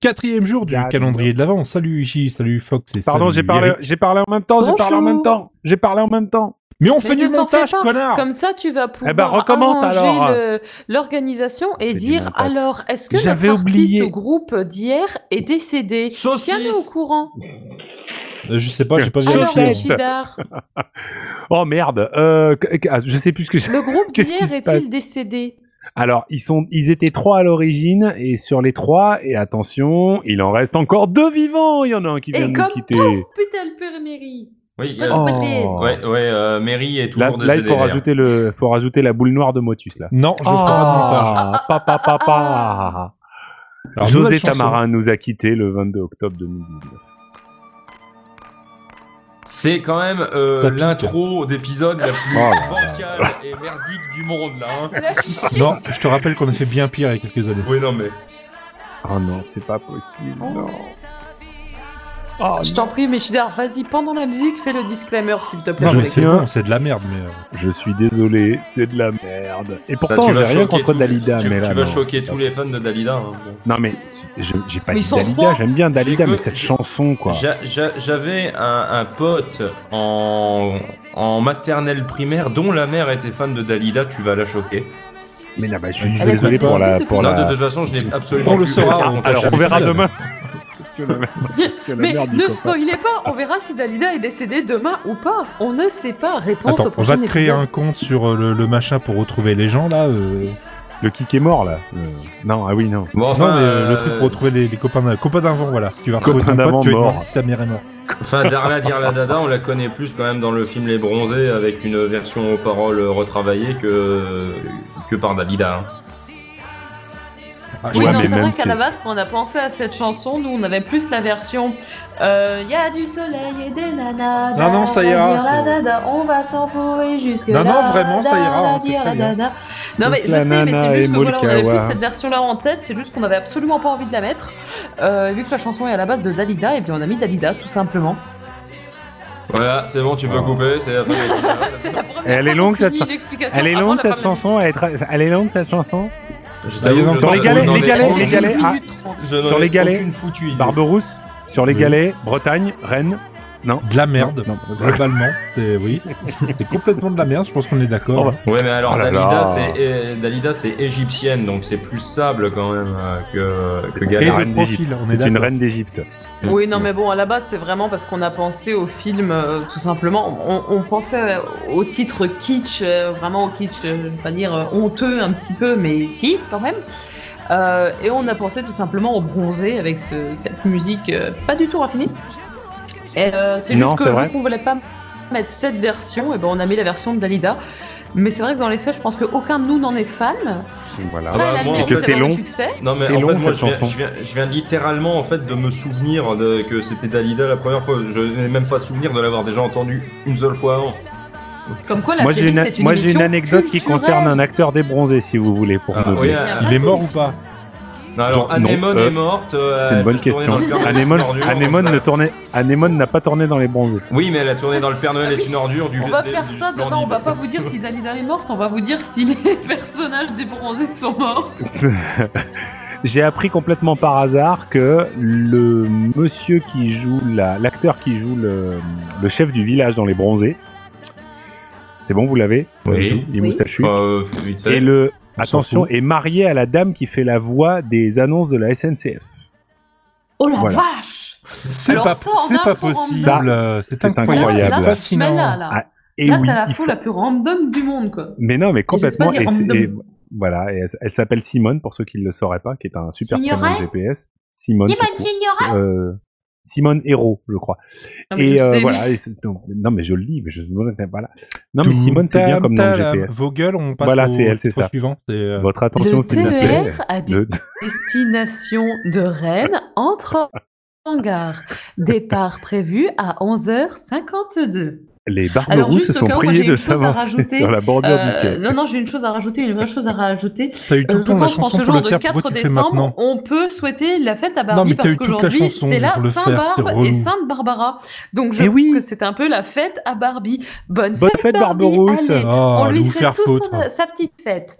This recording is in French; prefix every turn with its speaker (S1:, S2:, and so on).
S1: Quatrième jour du
S2: Gadon.
S1: calendrier de l'Avent. Salut Ichi, salut Fox et
S2: Pardon,
S1: salut
S2: j'ai parlé,
S1: Eric.
S2: j'ai parlé en même temps, j'ai parlé en
S3: Bonjour.
S2: même temps, j'ai parlé en même temps.
S1: Mais on
S3: Mais
S1: fait
S3: ne
S1: du
S3: t'en fais
S1: montage,
S3: pas.
S1: connard
S3: Comme ça, tu vas pouvoir
S2: ben, recommence
S3: arranger
S2: alors.
S3: le- l'organisation et
S2: Fais du
S3: dire
S2: montage.
S3: alors, est-ce que
S2: J'avais
S3: notre artiste
S2: oublié.
S3: au groupe d'hier est décédé Tiens-nous au
S4: Saucisse courant.
S1: Euh, Je sais pas, j'ai pas
S2: Saucisse.
S3: Alors,
S1: vérifié.
S2: Saucisse.
S3: Rachidar,
S2: Oh merde, euh, qu- qu- ah, je sais plus ce que j'ai.
S3: le groupe
S2: Qu'est-ce qui
S3: d'hier
S2: se
S3: est-il
S2: passe
S3: décédé
S2: Alors, ils, sont, ils étaient trois à l'origine, et sur les trois, et attention, il en reste encore deux vivants. Il y en a un qui
S3: Et
S2: vient de nous
S3: comme
S2: quitter.
S3: Putain, le père Mary
S4: Oui,
S3: Oh.
S4: euh, ouais, ouais, euh, Mary est
S2: Là,
S4: toujours
S2: là, il
S4: décédée.
S2: faut rajouter, le, faut rajouter la boule noire de Motus, là.
S1: Non, je ferai pas de montage.
S2: Ah, papa, papa.
S1: Alors,
S2: José
S1: nouvelle chanson.
S2: Tamarin nous a quittés le 22 octobre 2019.
S4: C'est quand même
S1: Ça
S4: euh,
S1: pique.
S4: l'intro d'épisode la plus
S2: Oh là là.
S4: bancale et merdique du monde, là. hein.
S1: Non, je te rappelle qu'on a fait bien pire il y a quelques années.
S4: Oui, non, mais.
S2: Oh non, c'est pas possible, non. Oh,
S3: Je t'en prie, Meshidar, vas-y, pendant la musique, fais le disclaimer, s'il te plaît.
S1: Non, mais
S2: Je
S1: c'est
S2: tiens.
S1: bon, c'est de la merde, mais. euh,
S2: Je suis désolé, c'est de la merde. Et pourtant,
S4: Bah, tu vas
S2: j'ai rien
S4: choquer
S2: contre
S4: tous-
S2: Dalida,
S4: tu,
S2: mais
S4: tu
S2: là,
S4: vas
S2: non,
S4: choquer
S2: c'est
S4: tous
S2: pas
S4: les fans
S2: possible.
S4: de Dalida. hein.
S2: Non mais je- j'ai pas
S3: Mais ils
S2: dit
S3: sont
S2: Dalida,
S3: trois.
S2: j'aime bien Dalida,
S4: J'ai
S2: mais
S4: que-
S2: cette
S4: j'ai-
S2: chanson quoi.
S4: J'a- j'a- J'avais un, un pote en, en maternelle primaire dont la mère était fan de Dalida, tu vas la choquer.
S2: Mais non, bah, je suis
S3: Elle a
S2: désolé
S3: été
S2: pour la
S3: décédée
S2: pour
S3: depuis-
S4: Non, de
S2: la.
S4: toute façon, je n'ai absolument
S1: On le
S4: plus-
S1: saura au
S2: Alors
S1: prochain
S2: on verra
S1: épisode.
S2: demain. Parce que la merde, parce que la
S3: Mais
S2: merde du
S3: ne
S2: copain.
S3: spoilez pas, on verra si Dalida est décédée demain ou pas. On ne sait pas. Réponse au
S1: Attends, on
S3: prochain
S1: va te créer
S3: épisode.
S1: un compte sur euh, le, le machin pour retrouver les gens là. euh.
S2: Le kick est mort là. Euh, Non ah oui non.
S4: Bon, enfin,
S1: non, mais euh, le
S4: euh,
S1: truc pour retrouver les, les copains d'un copain d'avant, voilà. Tu vas
S2: Copain
S1: retrouver ton
S2: d'avant
S1: pote, tu vas lui
S2: mort.
S1: demander si sa mère est morte.
S4: Enfin, Darla Dire la Dada, on la connaît plus quand même dans le film Les Bronzés avec une version aux paroles retravaillée que, que par Dalida. hein.
S1: Ah,
S3: Oui,
S2: Ouais,
S3: non,
S2: mais
S3: c'est vrai
S2: même
S3: qu'à
S2: c'est-
S3: la base, quand on a pensé à cette chanson, nous, on avait plus la version euh, Y a du soleil et des nanas.
S1: Non, non, ça ira.
S3: dire la dada, on va s'enfourrer jusque
S1: Non,
S3: là.
S1: non, vraiment, ça ira,
S3: dada,
S1: hein, c'est
S3: dire
S1: très
S3: la
S1: bien.
S3: dada. Non, mais
S2: Tous
S3: je
S2: la
S3: sais, mais
S2: nana
S3: c'est
S2: et
S3: juste que voilà, on avait
S2: Molkawa.
S3: plus cette version-là en tête. C'est juste qu'on avait absolument pas envie de la mettre. Euh, vu que la chanson est à la base de Dalida, et bien on a mis Dalida, tout simplement.
S4: Voilà, c'est bon, tu peux
S2: Oh.
S4: couper, c'est la fin de l'épisode.
S3: C'est la première
S2: Elle
S3: fois
S2: est
S3: qu'on
S2: longue, cette
S3: finit
S2: chan-
S3: l'explication
S2: Elle est
S3: avant
S2: longue
S3: la fin
S2: cette
S3: de la musique.
S2: chanson, elle est, très- elle est longue cette chanson.
S4: Je t'avoue
S1: Sur
S4: que je
S1: les
S4: n'en ai
S1: galets,
S4: aucune
S2: les galets, les
S4: idée.
S2: galets.
S3: Une
S2: Ah.
S3: minute trente.
S4: Je n'en
S2: Sur
S4: ai
S2: les galets.
S4: Aucune foutue idée.
S2: Barberousse sur les
S1: Oui.
S2: galets, Bretagne, Rennes.
S1: De la merde,
S2: Non, non.
S1: globalement. C'est- Oui, c'est complètement de la merde, je pense qu'on est
S2: Oh,
S1: d'accord.
S2: bah.
S4: Ouais, mais alors
S2: Oh là là.
S4: Dalida, c'est euh, Dalida, c'est égyptienne, donc c'est plus sable quand même euh, que que
S1: Et
S4: galère.
S2: la reine
S1: de profil,
S2: d'Égypte.
S1: on est
S2: C'est une
S1: d'accord.
S2: reine d'Égypte.
S3: Oui, non, mais bon, à la base, c'est vraiment parce qu'on a pensé au film, euh, tout simplement. On, on pensait au titre kitsch, euh, vraiment au kitsch, euh, je vais pas dire euh, honteux un petit peu, mais si, quand même. Euh, et on a pensé tout simplement au bronzé avec ce- cette musique euh, pas du tout raffinée. Et, euh, c'est
S2: Non,
S3: juste que
S2: c'est
S3: vu
S2: vrai.
S3: qu'on voulait pas mettre cette version, et ben on a mis la version de Dalida. Mais c'est vrai que dans les faits, je pense qu'aucun de nous n'en est fan.
S2: Voilà.
S4: Ah bah,
S3: Après, elle a
S4: moi,
S3: le
S4: en
S3: mérite
S4: fait,
S2: c'est
S3: d'avoir
S2: long.
S3: du succès.
S4: Non mais
S2: C'est long,
S4: en fait, moi,
S2: cette
S4: je viens,
S2: chanson.
S4: je, viens, je viens littéralement en fait de me souvenir de, que c'était Dalida la première fois. Je n'ai même pas souvenir de l'avoir déjà entendu une seule fois avant.
S3: Comme quoi, la
S2: Moi j'ai
S3: playlist
S2: une,
S3: est une
S2: moi, j'ai une
S3: émission
S2: anecdote qui
S3: culturelle.
S2: concerne un acteur débronzé si vous voulez pour
S4: Ah,
S2: meubler.
S4: oui, euh,
S1: Il est mort ou pas
S4: Non, alors,
S2: Genre, non,
S4: Anémone
S2: euh,
S4: est morte. euh,
S2: C'est une
S4: elle
S2: bonne
S4: peut se tourner
S2: question.
S4: dans le Père Noël et
S2: Anémone,
S4: ses ordures,
S2: Anémone
S4: donc
S2: ne
S4: ça-
S2: tournait, Anémone n'a pas tourné dans les banlieues.
S4: Oui, mais elle a tourné dans le Père Noël et
S3: Ah oui,
S4: une ordure du.
S3: On va
S4: du-
S3: faire
S4: du
S3: ça demain,
S4: Splendid.
S3: on va pas vous dire si Dalida est morte, on va vous dire si les personnages des bronzés sont morts.
S2: J'ai appris complètement par hasard que le monsieur qui joue la- l'acteur qui joue le, le chef du village dans les bronzés. C'est bon, vous l'avez.
S4: Oui.
S2: Il
S3: Oui.
S2: moustachu.
S4: Euh, vite fait.
S2: Et
S1: On
S2: le
S1: s'en
S2: attention
S1: fout.
S2: est marié à la dame qui fait la voix des annonces de la SNCF.
S3: Oh la
S2: Voilà.
S3: vache
S1: C'est
S3: Alors
S1: pas,
S3: ça, en
S1: c'est pas
S3: info, en
S1: possible.
S2: main.
S1: euh,
S2: C'est
S1: C'est incroyable.
S2: incroyable.
S3: Là,
S2: Incroyable.
S1: c'est
S3: là, tu te mets là,
S1: fascinant.
S3: là.
S2: Ah, Et
S3: là,
S2: oui,
S3: t'as la
S2: il
S3: fou la plus random du monde, quoi.
S2: Mais non, mais complètement.
S3: Et j'ose
S2: Et,
S3: pas dire
S2: c'est- et-
S3: random.
S2: voilà, et elle, elle s'appelle Simone pour ceux qui ne le sauraient pas, qui est un super
S3: Signoret
S2: prénom de GPS. Simone. tout court. Euh, Simone Hérault, je crois.
S3: Non, mais
S2: Et
S3: je
S2: euh,
S3: sais,
S2: voilà.
S3: mais-
S2: et c'est- donc, non, mais je le lis, mais je voilà. Non, mais Simone, c'est bien comme nom de
S1: Tam, tam,
S2: GPS.
S1: Vos gueules, on passe
S2: Voilà,
S1: au
S2: c'est elle, c'est
S1: titre
S2: ça.
S1: suivant. c'est, euh,
S2: Votre attention,
S3: Le E
S2: s'il vous plaît.
S3: TER a des
S2: Le-
S3: destinations de Rennes entre en gare. Départ prévu à 11h52.
S2: les
S3: Alors,
S2: barberous se
S3: juste au
S2: sont
S3: cas où, moi, j'ai
S2: priés de
S3: une chose à
S2: s'avancer
S3: rajouter.
S2: sur la bordure du
S3: Euh,
S2: quai.
S3: non, non, j'ai une chose à rajouter, une vraie chose à rajouter.
S1: T'as eu tout
S3: Euh,
S1: le
S3: je
S1: temps la
S3: pense qu'en
S1: chanson
S3: ce
S1: pour
S3: genre
S1: le
S3: de
S1: faire, pourquoi
S3: 4
S1: tu le fais maintenant
S3: décembre, on peut souhaiter la fête à Barbie
S1: Non, mais t'as
S3: parce
S1: eu toute la
S3: qu'aujourd'hui,
S1: chanson
S3: c'est la
S1: pour le faire,
S3: Saint-Barbe
S1: c'était relou.
S3: et Sainte-Barbara. Donc je
S2: Eh
S3: trouve
S2: oui.
S3: que c'est un peu la fête à Barbie. Bonne,
S2: Bonne fête,
S3: Barbie,
S2: Barberousse.
S3: allez.
S1: Oh,
S3: on
S1: nous
S3: lui souhaite
S1: faire hein.
S3: tous
S1: foutre.
S3: son- sa petite fête.